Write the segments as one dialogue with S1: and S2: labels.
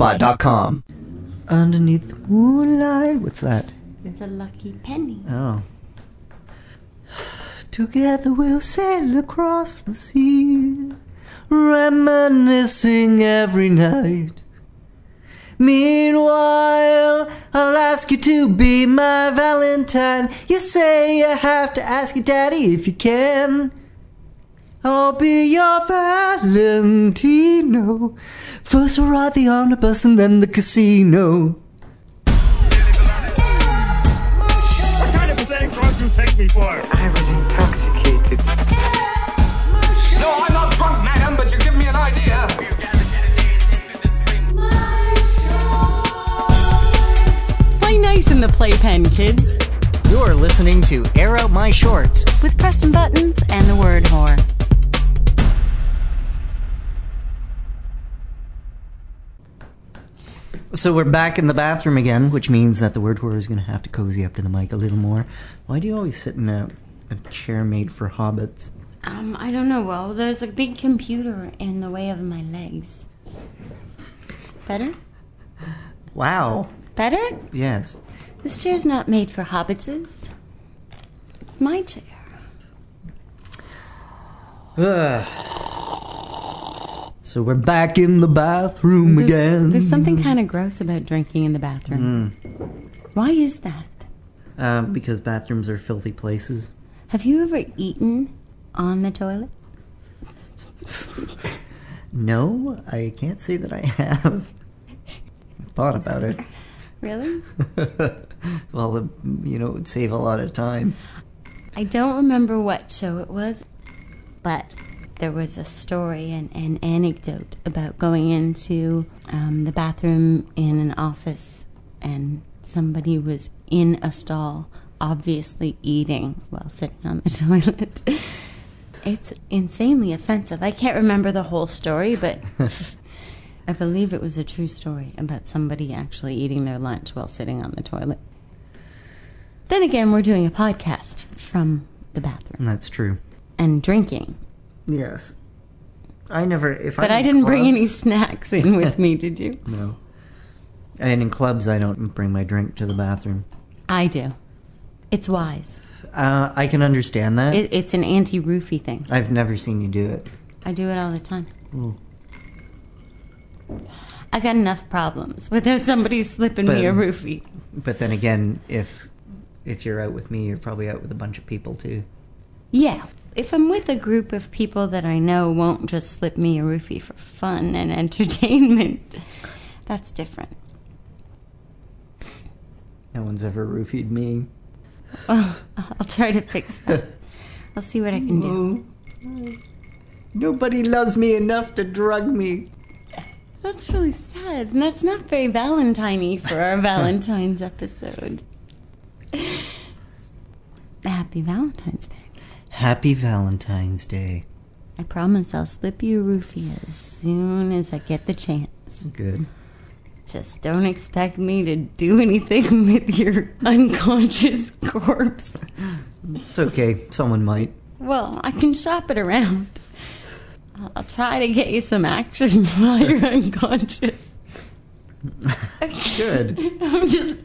S1: theitspot.com.
S2: Underneath the moonlight. What's that?
S3: It's a lucky penny.
S2: Oh. Together we'll sail across the sea, reminiscing every night. Meanwhile, I'll ask you to be my Valentine. You say you have to ask your daddy if you can. I'll be your Valentino. First we'll ride the omnibus and then the casino.
S4: What kind of pathetic drug do you take me for?
S5: I was intoxicated.
S6: No, I'm not drunk, madam, but you give me an idea.
S7: Play nice in the playpen, kids.
S2: You're listening to Air Out My Shorts.
S7: With Preston Buttons and the Word Whore.
S2: So we're back in the bathroom again, which means that the word whore is going to have to cozy up to the mic a little more. Why do you always sit in a, a chair made for hobbits?
S3: Um, I don't know. Well, there's a big computer in the way of my legs. Better?
S2: Wow.
S3: Better?
S2: Yes.
S3: This chair's not made for hobbitses. It's my chair.
S2: Ugh. So we're back in the bathroom
S3: There's,
S2: again.
S3: there's something kind of gross about drinking in the bathroom. Why is that?
S2: Uh, because bathrooms are filthy places.
S3: Have you ever eaten on the toilet?
S2: No, I can't say that I have thought about it.
S3: Really?
S2: well, it- you know, it would save a lot of time.
S3: I don't remember what show it was, but there was a story and an anecdote about going into um, the bathroom in an office and somebody was in a stall, obviously eating while sitting on the toilet. It's insanely offensive. I can't remember the whole story, but I believe it was a true story about somebody actually eating their lunch while sitting on the toilet. Then again, we're doing a podcast from the bathroom
S2: That's true.
S3: and drinking.
S2: Yes. I never. If
S3: But
S2: I'm
S3: I
S2: in
S3: didn't bring any
S2: clubs-
S3: snacks in with me, did you?
S2: No. And in clubs, I don't bring my drink to the bathroom.
S3: I do. It's wise.
S2: Uh, I can understand that.
S3: It, it's an anti-roofie thing.
S2: I've never seen you do it.
S3: I do it all the time. I got enough problems without somebody slipping me a
S2: But-
S3: roofie.
S2: But then again, if if you're out with me, you're probably out with a bunch of people too.
S3: Yeah. If I'm with a group of people that I know won't just slip me a roofie for fun and entertainment, that's different.
S2: No one's ever roofied me.
S3: I'll try to fix that. I'll see what I can do.
S2: Nobody loves me enough to drug me.
S3: That's really sad, and that's not very Valentine-y for our Valentine's episode. Happy Valentine's Day.
S2: Happy Valentine's Day.
S3: I promise I'll slip you a roofie as soon as I get the chance.
S2: Good.
S3: Just don't expect me to do anything with your unconscious corpse.
S2: It's okay. Someone might.
S3: Well, I can shop it around. I'll- I'll try to get you some action while you're unconscious.
S2: Good.
S3: I'm just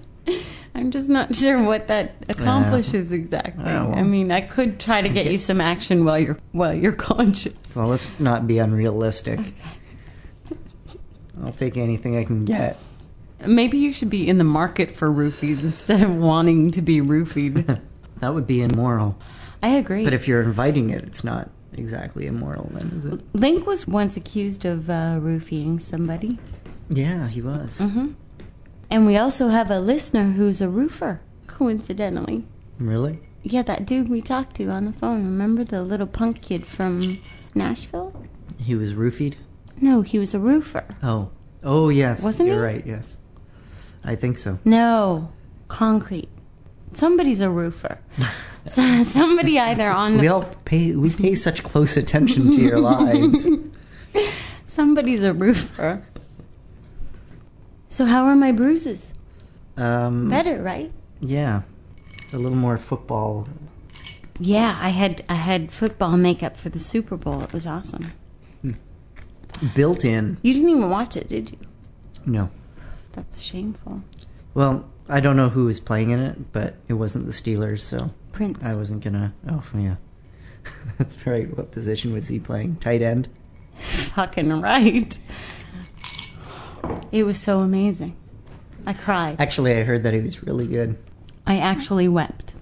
S3: I'm just not sure what that accomplishes exactly.
S2: Yeah, well.
S3: I mean, I could try to get you some action while you're while you're conscious.
S2: Well, let's not be unrealistic. I'll take anything I can get.
S3: Maybe you should be in the market for roofies instead of wanting to be roofied.
S2: That would be immoral.
S3: I agree.
S2: But if you're inviting it, it's not exactly immoral, then, is it?
S3: Link was once accused of uh, roofying somebody,
S2: Yeah, he was.
S3: and we also have a listener who's a roofer. Coincidentally,
S2: Really?
S3: yeah, that dude we talked to on the phone. Remember the little punk kid from Nashville?
S2: He was roofied?
S3: No, he was a roofer.
S2: Oh. Oh, yes.
S3: Wasn't
S2: You're
S3: he?
S2: right, yes. I think so.
S3: No, concrete. Somebody's a roofer. So- Somebody either on
S2: We
S3: the,
S2: all pay, we pay such close attention to your lives.
S3: somebody's a roofer. So how are my bruises?
S2: Um,
S3: Better, right?
S2: yeah. A little more football.
S3: Yeah, I had I had football makeup for the Super Bowl. It was awesome.
S2: Built in.
S3: You didn't even watch it, did you?
S2: No.
S3: That's shameful.
S2: Well, I don't know who was playing in it, but it wasn't the Steelers, so
S3: Prince.
S2: I wasn't gonna. Oh yeah, that's right. What position was he playing? Tight end.
S3: fucking right. It was so amazing. I cried.
S2: Actually, I heard that he was really good.
S3: I actually wept.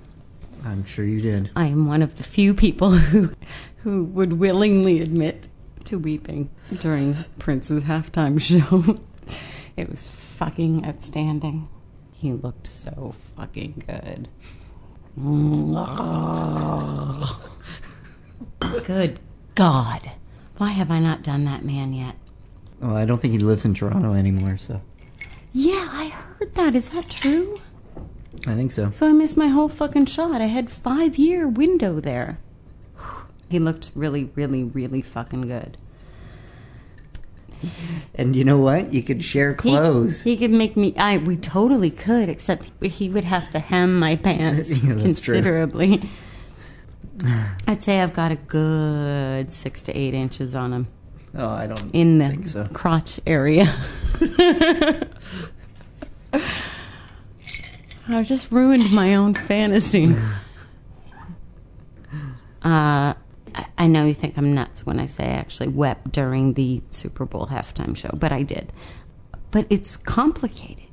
S2: I'm sure you did.
S3: I am one of the few people who, who would willingly admit to weeping during Prince's halftime show. It was fucking outstanding. He looked so fucking good. Good God. Why have I not done that man yet?
S2: Well, I don't think he lives in Toronto anymore, so
S3: Yeah, I heard that. Is that true?
S2: I think so.
S3: So I missed my whole fucking shot. I had five year window there. He looked really, really, really fucking good.
S2: And you know what? You could share clothes.
S3: He, he could make me. I we totally could, except he would have to hem my pants
S2: Yeah, that's true.
S3: considerably. I'd say I've got a good six to eight inches on him
S2: oh, I don't
S3: in
S2: think
S3: the
S2: so.
S3: crotch area. I just ruined my own fantasy. Uh, I- I know you think I'm nuts when I say I actually wept during the Super Bowl halftime show, but I did. But it's complicated.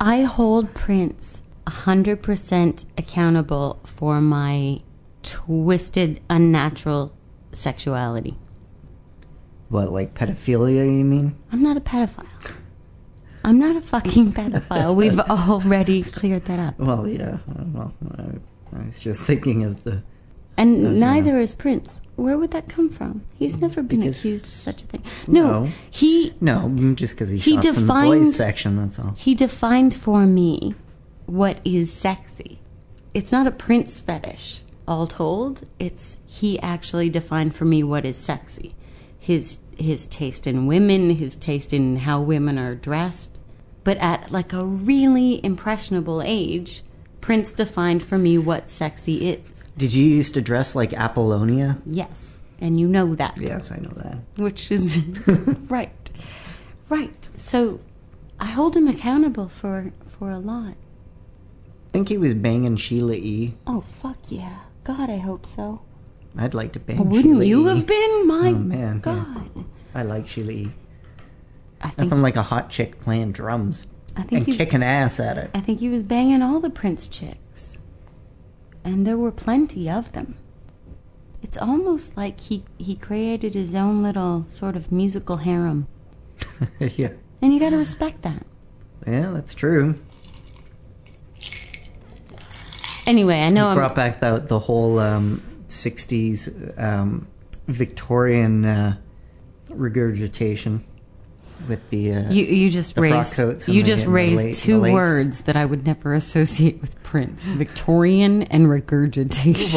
S3: I hold Prince 100% accountable for my twisted, unnatural sexuality.
S2: What, like pedophilia? You mean?
S3: I'm not a pedophile. I'm not a fucking pedophile. We've already cleared that up.
S2: Well, yeah. uh, Well, I, I was just thinking of the.
S3: And neither is Prince. Where would that come from? He's never been
S2: Because-
S3: accused of such a thing. No,
S2: No.
S3: he
S2: No, just because he,
S3: He
S2: shot from the
S3: defined-
S2: boys section. That's all.
S3: he defined for me what is sexy. It's not a Prince fetish. All told, it's he actually defined for me what is sexy. His his taste in women, his taste in how women are dressed, but at like a really impressionable age, Prince defined for me what sexy is.
S2: Did you used to dress like Apollonia?
S3: Yes, and you know that
S2: Yes, I know that.
S3: which is right, right. So I hold him accountable for for a lot.
S2: I think he was banging Sheila E.
S3: Oh fuck yeah! God, I hope so.
S2: I'd like to bang.
S3: Wouldn't
S2: Sheila
S3: you
S2: E.
S3: have been? My
S2: Oh, man, yeah.
S3: God,
S2: I like Sheila E.
S3: I think
S2: Nothing like a hot chick playing drums
S3: I think
S2: and
S3: he,
S2: kicking ass at it.
S3: I think he was banging all the Prince chicks, and there were plenty of them. It's almost like he he created his own little sort of musical harem,
S2: yeah,
S3: and you got to respect that.
S2: yeah, that's true.
S3: Anyway, I know I'm
S2: Brought back the the whole um, '60s um, Victorian uh, regurgitation with the. Uh,
S3: You you just
S2: the frock
S3: raised
S2: coats and
S3: you
S2: the-
S3: just
S2: and the
S3: raised
S2: lace-
S3: two
S2: the lace.
S3: words that I would never associate with Prince: Victorian and regurgitation.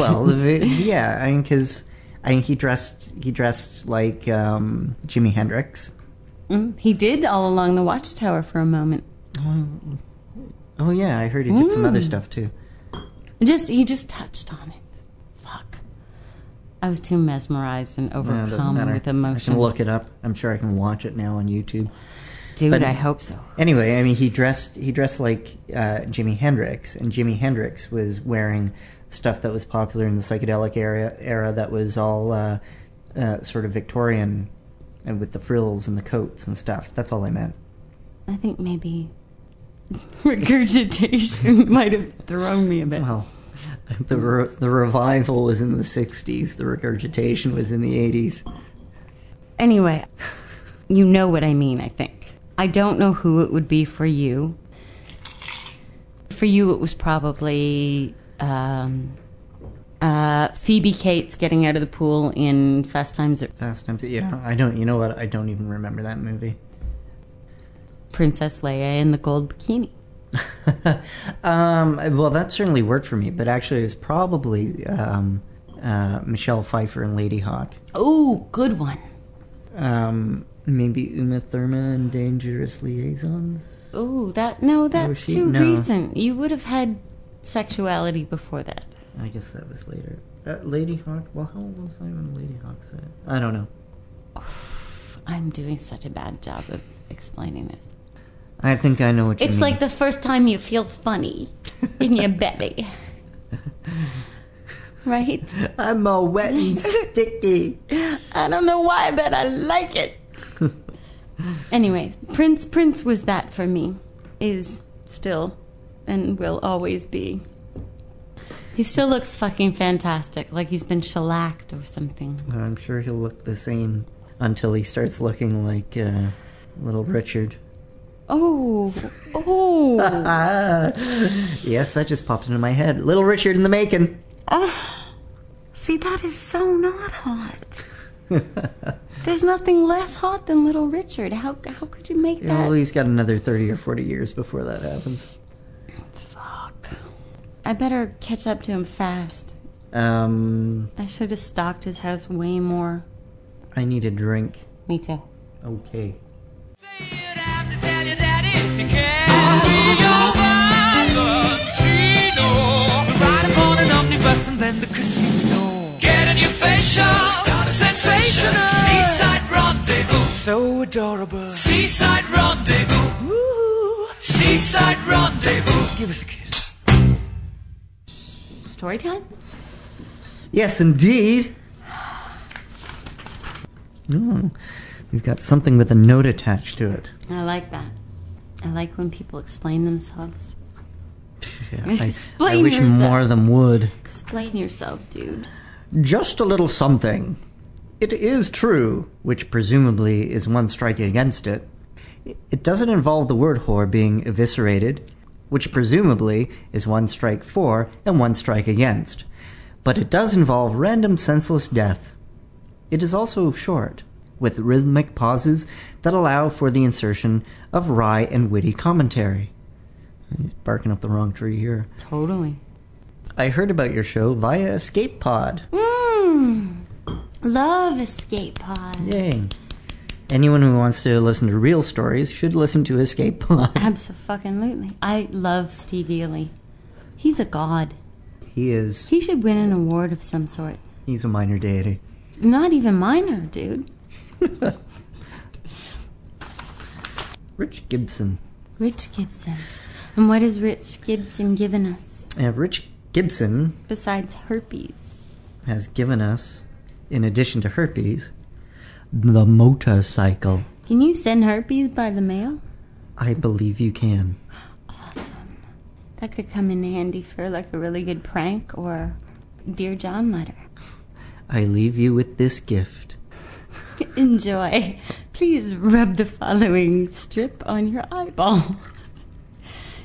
S2: well, the, vi- yeah, I mean, because I mean, he dressed he dressed like um, Jimi Hendrix.
S3: Mm, he did all along the Watchtower for a moment.
S2: Oh yeah, I heard he did some other stuff too.
S3: Just he just touched on it. Fuck, I was too mesmerized and
S2: Yeah, it doesn't
S3: overcome
S2: matter.
S3: with
S2: I
S3: emotion.
S2: can look it up. I'm sure I can watch it now on YouTube.
S3: dude,
S2: but-
S3: I hope so.
S2: Anyway, I mean, he dressed he dressed like uh, Jimi Hendrix, and Jimi Hendrix was wearing stuff that was popular in the psychedelic era era that was all uh, uh, sort of Victorian and with the frills and the coats and stuff. That's all I meant.
S3: I think maybe regurgitation might have thrown me a bit.
S2: Well, the re- the revival was in the '60s. The regurgitation was in the '80s.
S3: Anyway, you know what I mean, I think. I don't know who it would be for you. For you, it was probably um, uh, Phoebe Cates getting out of the pool in Fast Times at
S2: Fast times. Yeah, I don't. You know what? I don't even remember that movie.
S3: Princess Leia in the gold bikini.
S2: Um, well, that certainly worked for me, but actually, it was probably um, uh, Michelle Pfeiffer and Lady Hawk.
S3: Oh, good one.
S2: Um, maybe Uma Thurman and Dangerous Liaisons.
S3: Oh, that no, that's
S2: she-
S3: too
S2: no.
S3: recent. You would have had sexuality before that.
S2: I guess that was later. Uh, Lady Hawk. Well, how old was I when Lady Hawk was in it? I don't know.
S3: I'm doing such a bad job of explaining this.
S2: I think I know what you
S3: It's
S2: mean.
S3: like the first time you feel funny in your belly. Right?
S2: I'm all wet and sticky.
S3: I don't know why, but I like it. anyway, Prince Prince was that for me. Is still and will always be. He still looks fucking fantastic, like he's been shellacked or something.
S2: I'm sure he'll look the same until he starts looking like uh, little Richard.
S3: Oh, oh.
S2: Ah, yes, that just popped into my head. Little Richard in the making.
S3: See, that is so not hot. There's nothing less hot than Little Richard. How how could you make
S2: Well,
S3: that?
S2: Oh, he's got another 30 or 40 years before that happens.
S3: Fuck. I better catch up to him fast.
S2: Um,
S3: I should have stocked his house way more.
S2: I need a drink.
S3: Me too.
S2: Okay.
S1: So adorable. Seaside rendezvous. Woo. Seaside rendezvous. Give us a kiss.
S3: Story time?
S2: Yes, indeed. Mm, we've got something with a note attached to it.
S3: I like that. I like when people explain themselves.
S2: Yeah, I, I
S3: Explain
S2: wish
S3: yourself.
S2: more of them would.
S3: Explain yourself, dude.
S2: Just a little something. It is true, which presumably is one strike against it. It doesn't involve the word whore being eviscerated, which presumably is one strike for and one strike against. But it does involve random senseless death. It is also short, with rhythmic pauses that allow for the insertion of wry and witty commentary. He's barking up the wrong tree here.
S3: Totally.
S2: I heard about your show via Escape Pod.
S3: Mmm. Love escape pod.
S2: Yay. Anyone who wants to listen to real stories should listen to Escape Pod.
S3: Absolutely. I love Steve Ely. He's a god.
S2: He is.
S3: He should win an award of some sort.
S2: He's a minor deity.
S3: Not even minor, dude.
S2: Rich Gibson.
S3: Rich Gibson. And what has Rich Gibson given us
S2: Uh, Rich Gibson
S3: besides herpes?
S2: has given us, in addition to herpes, the motorcycle.
S3: Can you send herpes by the mail?
S2: I believe you can.
S3: Awesome. That could come in handy for like a really good prank or Dear John letter.
S2: I leave you with this gift.
S3: Enjoy. Please rub the following strip on your eyeball.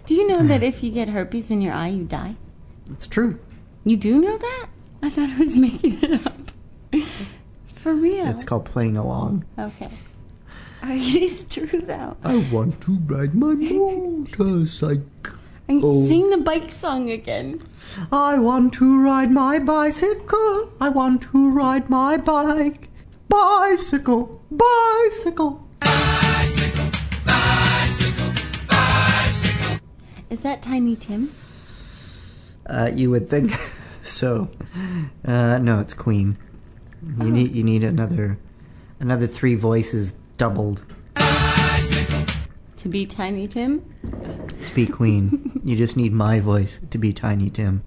S3: Do you know that if you get herpes in your eye, you die?
S2: It's true.
S3: You do know that? I thought I was making it up. For real.
S2: It's called playing along.
S3: okay. It is true though.
S2: I want to ride my motorcycle.
S3: And
S2: Oh.
S3: sing the bike song again.
S2: I want to ride my bicycle. I want to ride my bike. Bicycle, bicycle.
S3: Is that Tiny Tim?
S2: Uh, you would think so. Uh, no, it's Queen. You need you need another another three voices doubled
S3: To be Tiny Tim?
S2: to be Queen. you just need my voice to be Tiny Tim.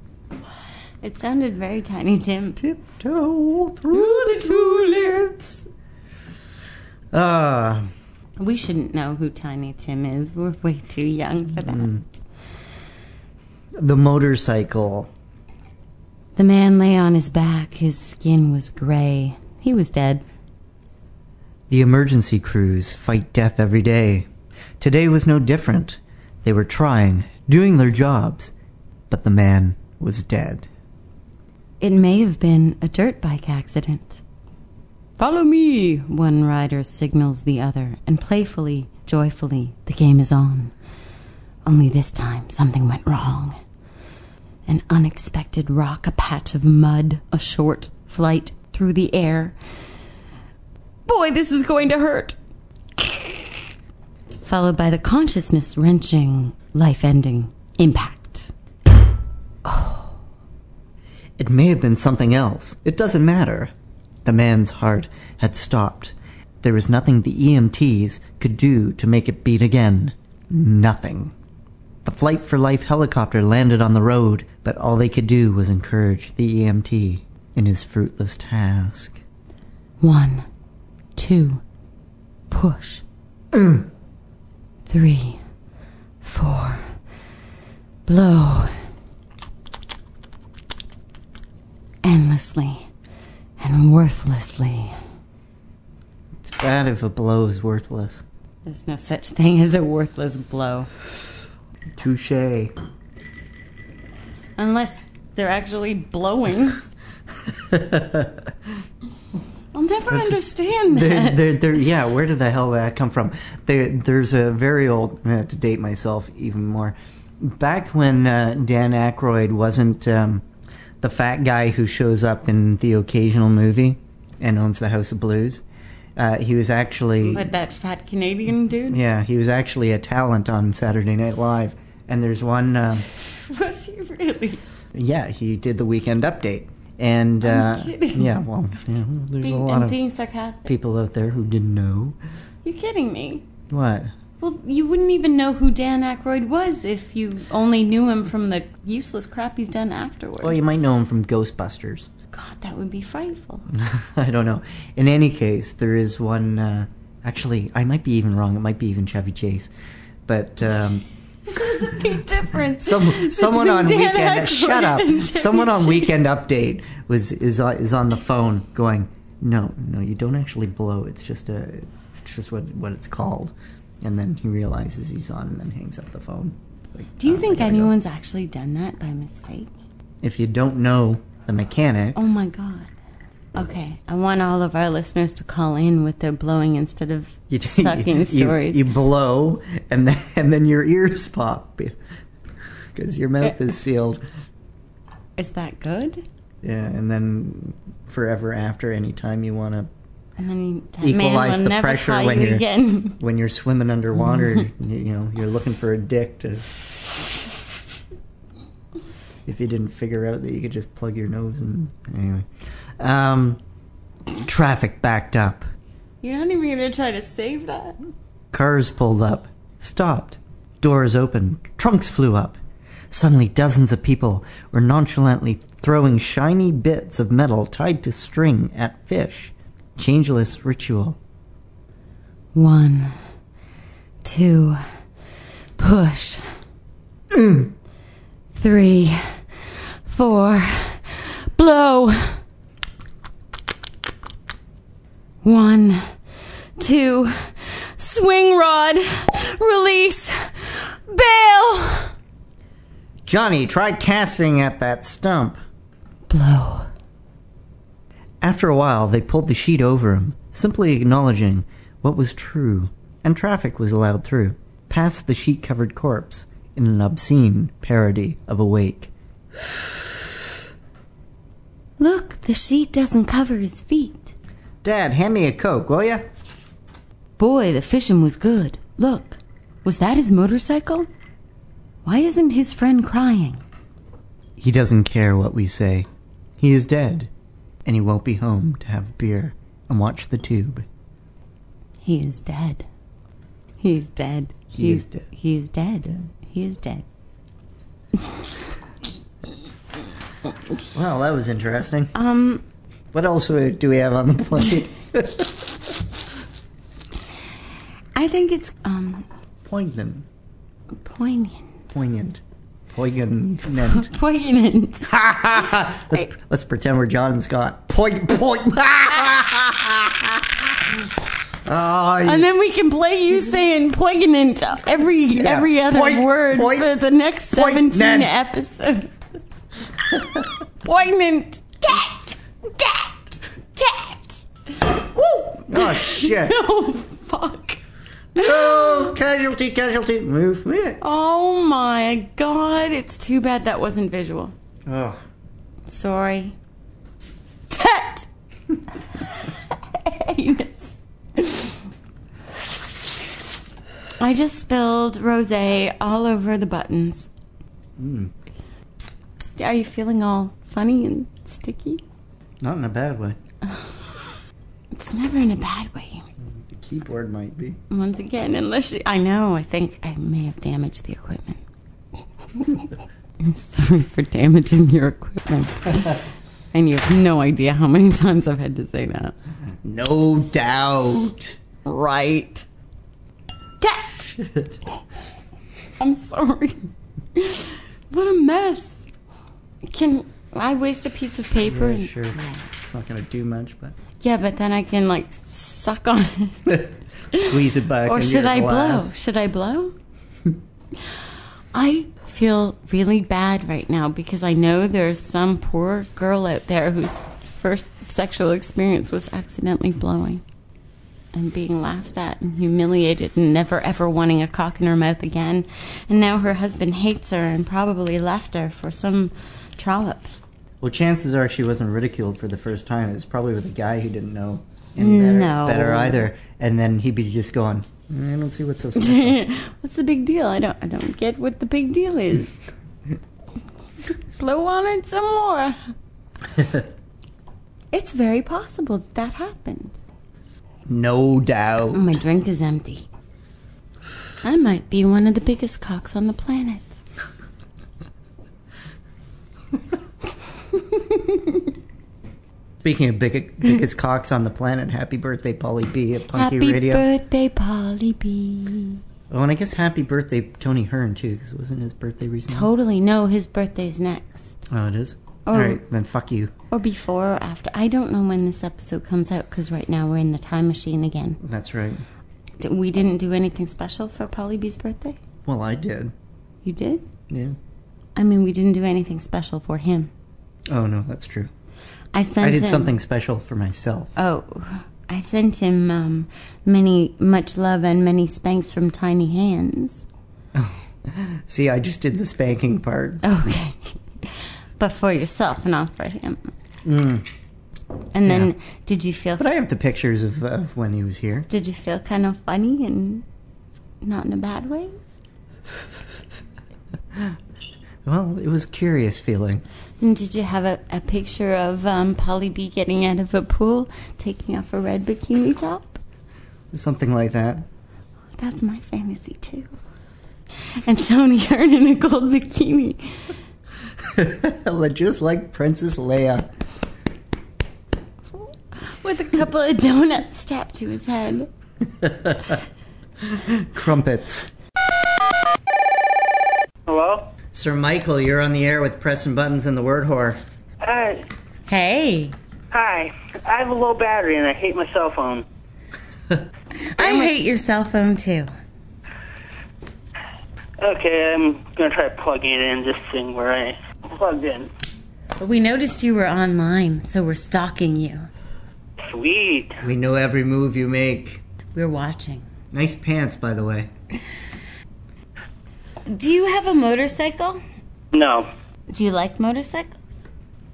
S3: It sounded very Tiny Tim.
S2: Tiptoe through the tulips. Ah,
S3: We shouldn't know who Tiny Tim is. We're way too young for that.
S2: the motorcycle.
S3: The man lay on his back. His skin was gray. He was dead.
S2: The emergency crews fight death every day. Today was no different. They were trying, doing their jobs, but the man was dead.
S3: It may have been a dirt bike accident. Follow me! One rider signals the other, and playfully, joyfully, the game is on. Only this time, something went wrong. An unexpected rock, a patch of mud, a short flight through the air. Boy, this is going to hurt! Followed by the consciousness wrenching, life ending impact.
S2: It may have been something else. It doesn't matter. The man's heart had stopped. There was nothing the EMTs could do to make it beat again. Nothing. The Flight for Life helicopter landed on the road, but all they could do was encourage the EMT in his fruitless task.
S3: One, two, push. Three, four, blow. Endlessly and worthlessly.
S2: It's bad if a blow is worthless.
S3: There's no such thing as a worthless blow.
S2: Touche.
S3: Unless they're actually blowing. I'll never understand
S2: There,
S3: that.
S2: there, there, yeah, where did the hell did that come from? There, there's a very old, I have to date myself even more. Back when uh, Dan Aykroyd wasn't um, the fat guy who shows up in the occasional movie and owns the House of Blues, uh, he was actually.
S3: But that fat Canadian dude,
S2: Yeah, he was actually a talent on Saturday Night Live. And there's one. Um,
S3: was he really?
S2: yeah, he did the Weekend Update. And uh,
S3: kidding.
S2: yeah, well, yeah, well, there's a
S3: Being,
S2: lot
S3: I'm
S2: of
S3: being sarcastic.
S2: people out there who didn't know
S3: You're kidding me.
S2: what.
S3: Well, you wouldn't even know who Dan Aykroyd was if you only knew him from the useless crap he's done afterward.
S2: Well, you might know him from Ghostbusters.
S3: God, that would be frightful.
S2: I don't know. In any case, there is one. Uh, actually, I might be even wrong. It might be even Chevy Chase, but um,
S3: Big difference.
S2: some, someone on
S3: between Dan
S2: weekend. uh,
S3: Aykroyd
S2: Shut up.
S3: and Chevy
S2: Someone on
S3: Chase.
S2: Weekend Update was is on- is on the phone going. No, no, you don't actually blow. It's just a, it's just what what it's called. And then he realizes he's on, and then hangs up the phone. Like,
S3: Do you
S2: "Oh, I
S3: think
S2: gotta go."
S3: anyone's actually done that by mistake?
S2: If you don't know the mechanics,
S3: Oh my God. Okay, I want all of our listeners to call in with their blowing instead of
S2: you,
S3: sucking
S2: you-
S3: stories.
S2: You, blow, and then and then your ears pop because your mouth
S3: Eh.
S2: is sealed.
S3: Is that good?
S2: Yeah, and then forever after, any time you want to,
S3: And then that man
S2: Equalize
S3: will
S2: the
S3: never
S2: pressure
S3: call
S2: when
S3: you
S2: you're-
S3: again.
S2: when you're swimming underwater, you, you know you're looking for a dick to. If you didn't figure out that you could just plug your nose and anyway, um, traffic backed up,
S3: You're not even going to try to save that.
S2: Cars pulled up, stopped, doors opened, trunks flew up. Suddenly, dozens of people were nonchalantly throwing shiny bits of metal tied to string at fish. Changeless ritual.
S3: One, two, push. Mm. Three, four, blow. One, two, swing rod, release, bail.
S2: Johnny, try casting at that stump.
S3: Blow.
S2: After a while, they pulled the sheet over him, simply acknowledging what was true, and traffic was allowed through, past the sheet covered corpse, in an obscene parody of Awake.
S3: Look, the sheet doesn't cover his feet.
S2: Dad, hand me a Coke, will ya?
S3: Boy, the fishing was good. Look, was that his motorcycle? Why isn't his friend crying?
S2: He doesn't care what we say. He is dead, and he won't be home to have beer and watch the tube.
S3: He is dead. He is dead.
S2: He is dead.
S3: He is dead. He is dead.
S2: Well, that was interesting. Um, what else we- do we have on the plate?
S3: I think it's um
S2: Poignant,
S3: poignant.
S2: poignant, poignant.
S3: Poignant.
S2: let's, let's pretend we're John Scott. Point, point. oh, you-
S3: and then we can play you saying poignant every every other
S2: Poig-
S3: word
S2: poig-
S3: for the next
S2: poignant.
S3: seventeen episodes. poignant. Cat. Cat. Cat. Woo.
S2: oh shit.
S3: Oh fuck.
S2: Oh, casualty, casualty. Move.
S3: Oh my god, it's too bad that wasn't visual.
S2: Oh.
S3: Sorry. Tet! Anus. I just spilled rose all over the buttons. Are you feeling all funny and sticky?
S2: Not in a bad way.
S3: It's never in a bad way.
S2: Keyboard might be.
S3: Once again, unless she, I know, I think I may have damaged the equipment. I'm sorry for damaging your equipment. and you have no idea how many times I've had to say that.
S2: No doubt.
S3: Right. Debt. I'm sorry. What a mess. Can I waste a piece of paper?
S2: Yeah,
S3: and-
S2: sure. It's not going to do much, but
S3: Yeah, but then I can like suck on it.
S2: squeeze it back.
S3: Or
S2: into
S3: should
S2: your
S3: I blow?
S2: glass.
S3: Should I blow? I feel really bad right now because I know there's some poor girl out there whose first sexual experience was accidentally blowing and being laughed at and humiliated and never ever wanting a cock in her mouth again. And now her husband hates her and probably left her for some trollop.
S2: Well, chances are she wasn't ridiculed for the first time. It was probably with a guy who didn't know any better,
S3: No.
S2: better either. And then he'd be just going, "Mm, I don't see what's so special.
S3: What's the big deal? I don't I don't get what the big deal is. Blow on it some more. It's very possible that that happened.
S2: no doubt.
S3: My drink is empty. I might be one of the biggest cocks on the planet.
S2: Speaking of big, biggest cocks on the planet, happy birthday, Polly B at Punky
S3: Happy
S2: Radio.
S3: birthday, Polly B.
S2: oh, and I guess happy birthday, Tony Hearn, too, because it wasn't his birthday recently.
S3: Totally no, his birthday's next.
S2: oh, it is?
S3: Oh.
S2: All right, then fuck you.
S3: Or before or after. I don't know when this episode comes out because right now we're in the time machine again.
S2: That's right.
S3: D- We didn't do anything special for Polly B's birthday?
S2: Well, I did.
S3: You did?
S2: Yeah.
S3: I mean, we didn't do anything special for him.
S2: Oh, no, that's true.
S3: I sent.
S2: I did
S3: him,
S2: something special for myself.
S3: Oh, I sent him um, many much love and many spanks from tiny hands.
S2: See, I just did the spanking part.
S3: Okay, but for yourself, not for him. And then, did you feel?
S2: Mm. But I have the pictures of, of when he was here.
S3: Did you feel kind of funny and not in a bad way?
S2: Well, it was a curious feeling.
S3: And did you have a, a picture of um, Polly B getting out of a pool, taking off a red bikini top?
S2: Something like that.
S3: That's my fantasy too. And Tony Hearn in a gold bikini.
S2: Just like Princess Leia.
S3: with a couple of donuts strapped to his head.
S2: Crumpets.
S8: Hello?
S2: Sir Michael, you're on the air with Pressing Buttons and the Word Whore.
S8: Hi.
S9: Hey,
S8: Hi. I have a low battery and I hate my cell phone.
S9: I hate your cell phone too.
S8: Okay, I'm gonna try plugging it in just seeing where I plugged in.
S9: But we noticed you were online, so we're stalking you.
S8: Sweet.
S2: We know every move you make.
S9: We're watching.
S2: Nice pants, by the way.
S9: Do you have a motorcycle?
S8: No.
S9: Do you like motorcycles?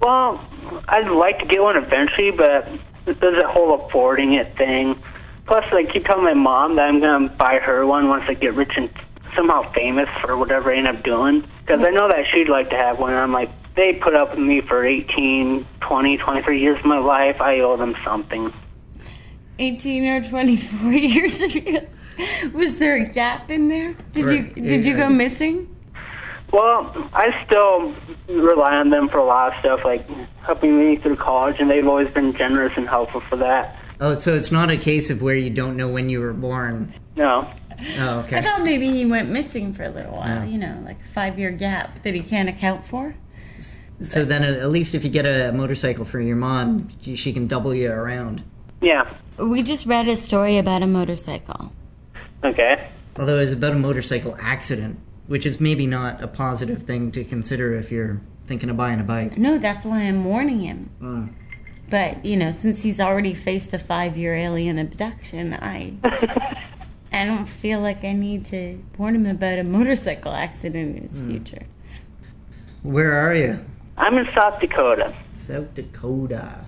S8: Well, I'd like to get one eventually, but there's that whole affording it thing. Plus, I keep telling my mom that I'm gonna buy her one once I get rich and somehow famous for whatever I end up doing. Because I know that she'd like to have one. And I'm like, they put up with me for 18, 20, 23 years of my life. I owe them something.
S9: 18 or 24 years of you. Was there a gap in there? Did you
S2: Right.
S9: did you
S2: Yeah.
S9: go missing?
S8: Well, I still rely on them for a lot of stuff, like helping me through college, and they've always been generous and helpful for that.
S2: Oh, so it's not a case of where you don't know when you were born.
S8: No.
S9: I
S2: Oh, okay.
S9: thought maybe he went missing for a little while, you know, like a 5-year gap that he can't account for.
S2: So then, at at least if you get a motorcycle for your mom, she she can double you around.
S8: Yeah.
S3: We just read a story about a motorcycle.
S8: Okay.
S2: Although it's about a motorcycle accident, which is maybe not a positive thing to consider if you're thinking of buying a bike.
S9: No, that's why I'm warning him.
S2: Hmm.
S9: But you know, since he's already faced a five-year alien abduction, I I don't feel like I need to warn him about a motorcycle accident in his
S2: Hmm.
S9: future.
S2: Where are you?
S8: I'm in South Dakota.
S2: South Dakota.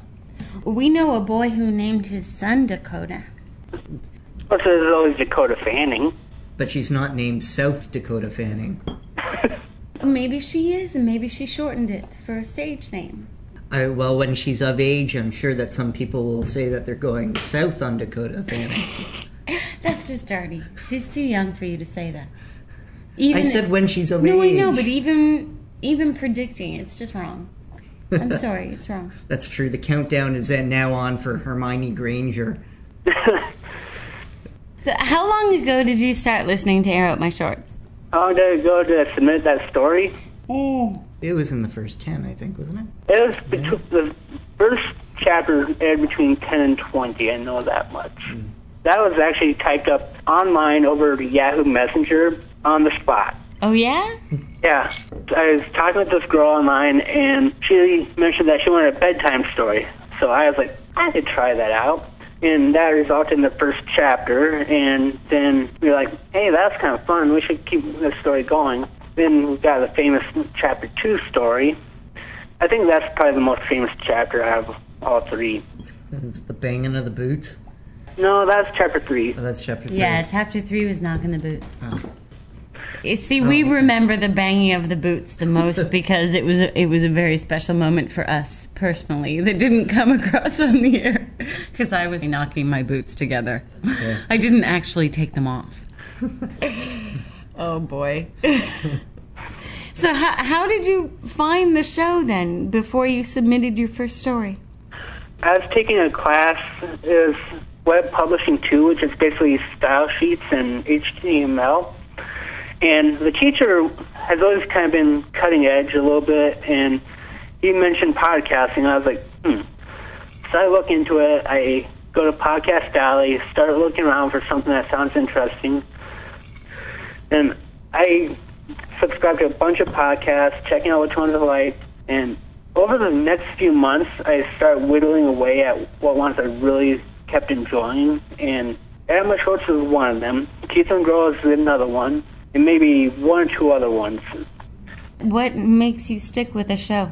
S9: We know a boy who named his son Dakota.
S8: Of course, there's always Dakota Fanning.
S2: But she's not named South Dakota Fanning.
S9: Maybe she is, and maybe she shortened it for a stage name.
S2: I, well, when she's of age, I'm sure that some people will say that they're going south on Dakota Fanning.
S3: That's just dirty. She's too young for you to say that. Even
S2: I said when she's of
S3: no,
S2: age.
S3: I know, but even even predicting it's just wrong. I'm sorry, it's wrong.
S2: That's true. The countdown is then now on for Hermione Granger.
S3: So, how long ago did you start listening to Air Up My Shorts?
S8: How long did it go to submit that story?
S2: It was in the first ten, I think, wasn't it?
S8: It was between the first chapter aired between 10 and 20. I know that much. That was actually typed up online over Yahoo Messenger on the spot.
S3: Oh yeah,
S8: Yeah, I was talking with this girl online, and she mentioned that she wanted a bedtime story. So I was like, I could try that out. And that resulted in the first chapter. And then we were like, hey, that's kind of fun. We should keep this story going. Then we got the famous chapter two story. I think that's probably the most famous chapter out of all three.
S2: It's the banging of the boot.
S8: No, that's chapter three.
S2: Oh, that's chapter three.
S3: yeah. Chapter three was knocking the boots.
S2: Oh.
S3: You See, we
S2: okay.
S3: remember the banging of the boots the most because it was a, it was a very special moment for us personally that didn't come across on the air because I was knocking my boots together. I didn't actually take them off. oh boy. so how how did you find the show then before you submitted your first story?
S8: I was taking a class. It was Web Publishing 2, which is basically style sheets and HTML. And the teacher has always kind of been cutting edge a little bit, and he mentioned podcasting. And I was like, hmm. So I look into it. I go to Podcast Alley, start looking around for something that sounds interesting. And I subscribed to a bunch of podcasts, checking out which ones I liked. And over the next few months, I started whittling away at what ones I really kept enjoying. And Emma Schwartz was one of them. Keith and Girl is another one. And maybe one or two other ones.
S3: What makes you stick with a show?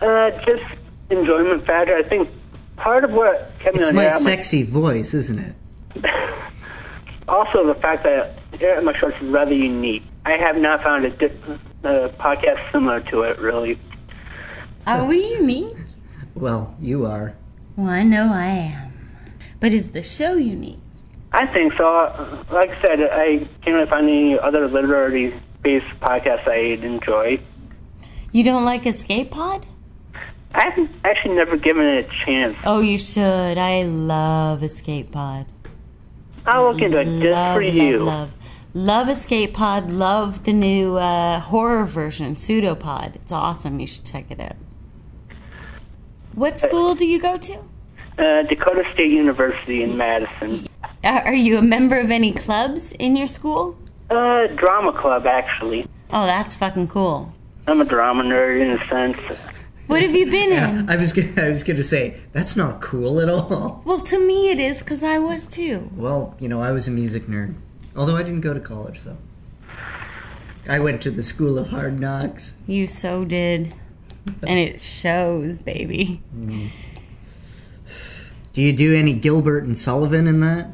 S8: Uh, just enjoyment factor. I think part of what kept me
S2: It's
S8: on
S2: my
S8: Air Out My-
S2: sexy voice, isn't it?
S8: also the fact that Air Out My Shorts is rather unique. I have not found a dip- uh, podcast similar to it, really. Uh,
S3: Are we unique?
S2: Well, you are.
S3: Well, I know I am. But is the show unique?
S8: I think so. Uh, Like I said, I can't really find any other literary-based podcasts I'd enjoy.
S3: You don't like Escape Pod?
S8: I've actually never given it a chance.
S3: Oh, you should. I love Escape Pod.
S8: I'll look into it just
S3: love,
S8: for
S3: love,
S8: you.
S3: Love. Love Escape Pod. Love the new uh, horror version, Pseudopod. It's awesome. You should check it out. What school do you go to?
S8: Uh, Dakota State University in Madison.
S3: Are are you a member of any clubs in your school?
S8: Uh, drama club, actually.
S3: Oh, that's fucking cool.
S8: I'm a drama nerd in a sense.
S3: What have you been in?
S2: I was gonna, I was gonna say that's not cool at all.
S3: Well, to me it is because I was too.
S2: Well, you know, I was a music nerd, although I didn't go to college, so I went to the school of hard knocks.
S3: You so did. And it shows, baby.
S2: Do you do any Gilbert and Sullivan in that,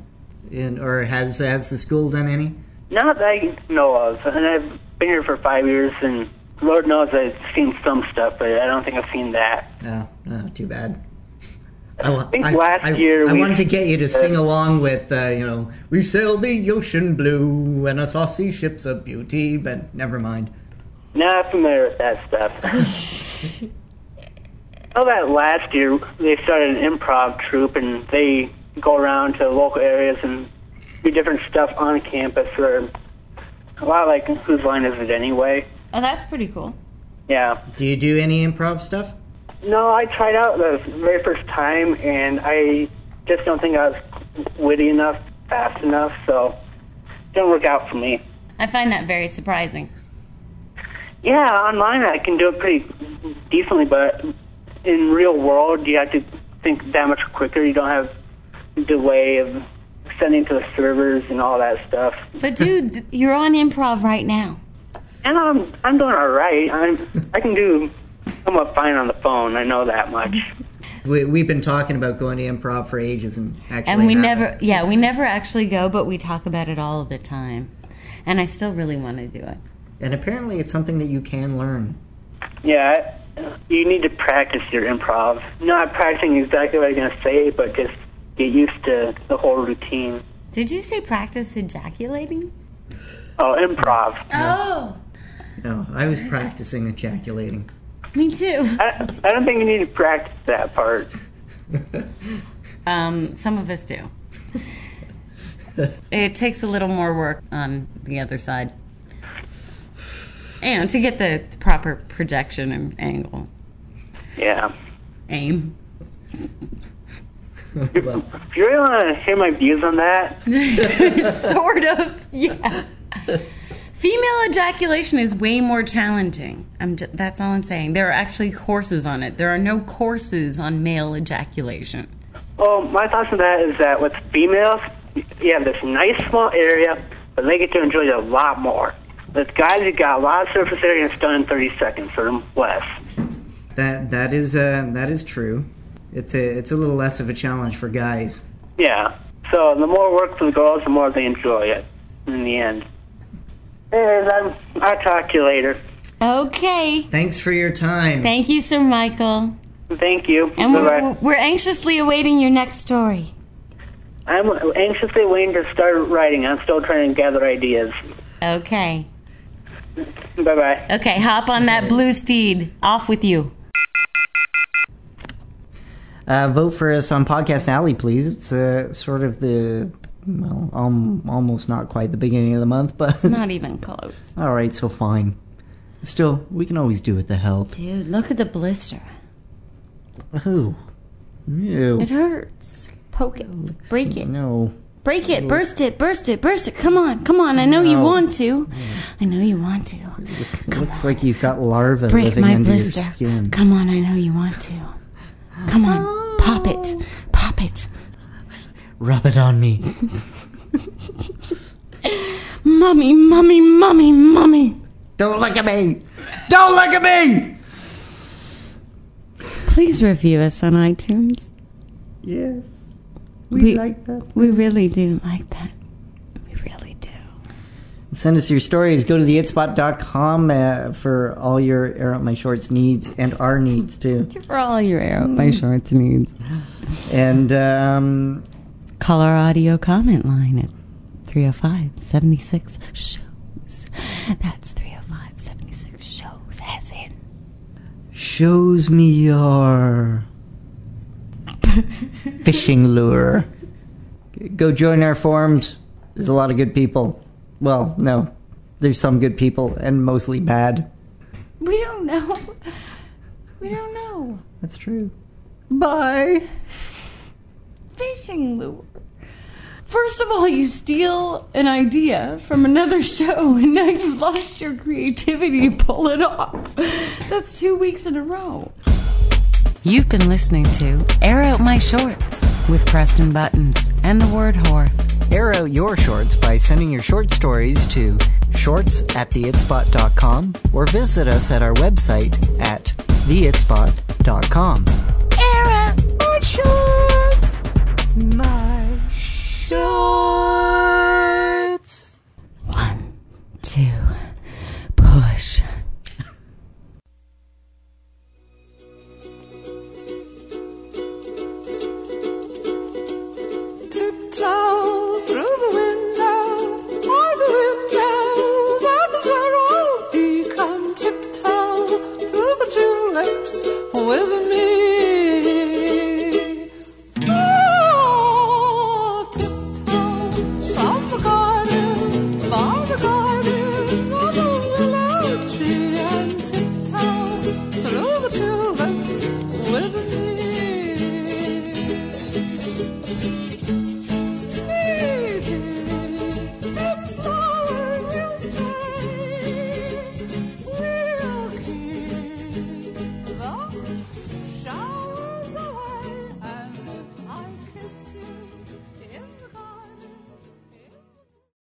S2: in, or has has the school done any?
S8: Not that I know of, and I've been here for five years, and Lord knows I've seen some stuff, but I don't think I've seen that.
S2: Oh, oh too bad. I, wa-
S8: think last year
S2: I
S8: we-
S2: wanted to get you to sing along with, uh, you know, we sail the ocean blue and a saucy ship's of beauty, but never mind.
S8: Not familiar with that stuff. How about last year they started an improv troupe and they go around to local areas and do different stuff on campus or a lot like whose line is it anyway?
S3: Oh, that's pretty cool.
S8: Yeah.
S2: Do you do any improv stuff?
S8: No, I tried out the very first time and I just don't think I was witty enough, fast enough, so it didn't work out for me.
S3: I find that very surprising.
S8: Yeah, online I can do it pretty decently, but in real world you have to think that much quicker. You don't have delay of sending to the servers and all that stuff.
S3: But dude, th- you're on improv right now.
S8: And I'm I'm doing all right. I'm I can do somewhat fine on the phone. I know that much.
S2: We, we've been talking about going to improv for ages and actually.
S3: And we
S2: haven't.
S3: never yeah, we never actually go, but we talk about it all the time. And I still really want to do it.
S2: And apparently it's something that you can learn.
S8: Yeah, you need to practice your improv. Not practicing exactly what I'm gonna say, but just get used to the whole routine.
S9: Did you say practice ejaculating?
S8: Oh, improv.
S9: Oh,
S2: No, I was practicing ejaculating.
S9: me too.
S8: I, I don't think you need to practice that part.
S9: Um, some of us do. it takes a little more work on the other side. And to get the proper projection and angle,
S8: Yeah.
S9: aim.
S2: well,
S8: If you really want to hear my views on that,
S9: sort of. Yeah. Female ejaculation is way more challenging. I'm ju- that's all I'm saying. There are actually courses on it. There are no courses on male ejaculation.
S8: well, my thoughts on that is that with females, you have this nice small area, but they get to enjoy it a lot more. With guys, you got a lot of surface area and it's done in 30 seconds or less.
S2: that that is uh, that is true. It's a it's a little less of a challenge for guys.
S8: Yeah. So the more work for the girls, the more they enjoy it in the end. Anyways, I'm, I'll talk to you later.
S9: Okay.
S2: Thanks for your time.
S9: Thank you, Sir Michael.
S8: Thank you.
S9: And
S8: Bye-bye.
S9: we're, we're anxiously awaiting your next story.
S8: I'm anxiously waiting to start writing. I'm still trying to gather ideas.
S9: Okay.
S8: Bye bye.
S9: Okay, hop on that blue steed. Off with you.
S2: Uh, vote for us on Podcast Alley, please. It's uh, sort of the well, um, almost not quite the beginning of the month, but
S9: Not even close.
S2: all right, so fine. Still, we can always do with the help.
S3: Dude, look at the blister.
S2: Who? Ew.
S3: It hurts. Poke it. Break it.
S2: No.
S3: Break it. Burst it. Burst it. Burst it. Come on. Come on. I know you
S2: No.
S3: want to. I know you want to.
S2: Looks like you've got larvae
S3: Break
S2: living
S3: my
S2: under
S3: blister.
S2: your skin.
S3: Come on. I know you want to. Come on. Pop it. Pop it.
S2: Rub it on me.
S3: Mummy, mummy, mummy, mummy.
S2: Don't look at me. Don't look at me.
S3: Please review us on iTunes.
S2: Yes.
S3: We,
S2: that.
S3: We really do like that. We really do.
S2: Send us your stories. Go to theitspot.com uh, for all your air out my shorts needs and our needs too.
S3: For all your air up my shorts needs.
S2: And um,
S3: Call our audio comment line at 305 76 shows. That's 305 76 shows, as in.
S2: shows me your fishing lure. Go join our forums. There's a lot of good people. Well, no, there's some good people and mostly bad.
S3: We don't know. We don't know.
S2: That's true. Bye.
S3: Fishing lure. First of all, you steal an idea from another show, and now you've lost your creativity to pull it off. That's two weeks in a row.
S7: You've been listening to Air Out My Shorts with Preston Buttons and the Word Whore.
S2: Air out your shorts by sending your short stories to shorts at theitspot.com or visit us at our website at theitspot.com. Air out my shorts! My shorts!
S3: One, two, push.
S1: Tiptoe through the window, by the window, that is where I'll be. Come tiptoe through the tulips with me. Oh, tiptoe from the garden, from the garden of a willow tree, and tiptoe through the tulips with me.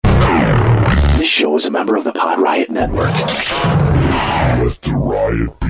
S10: This show is a member of the Pod Riot Network.
S11: With the Riot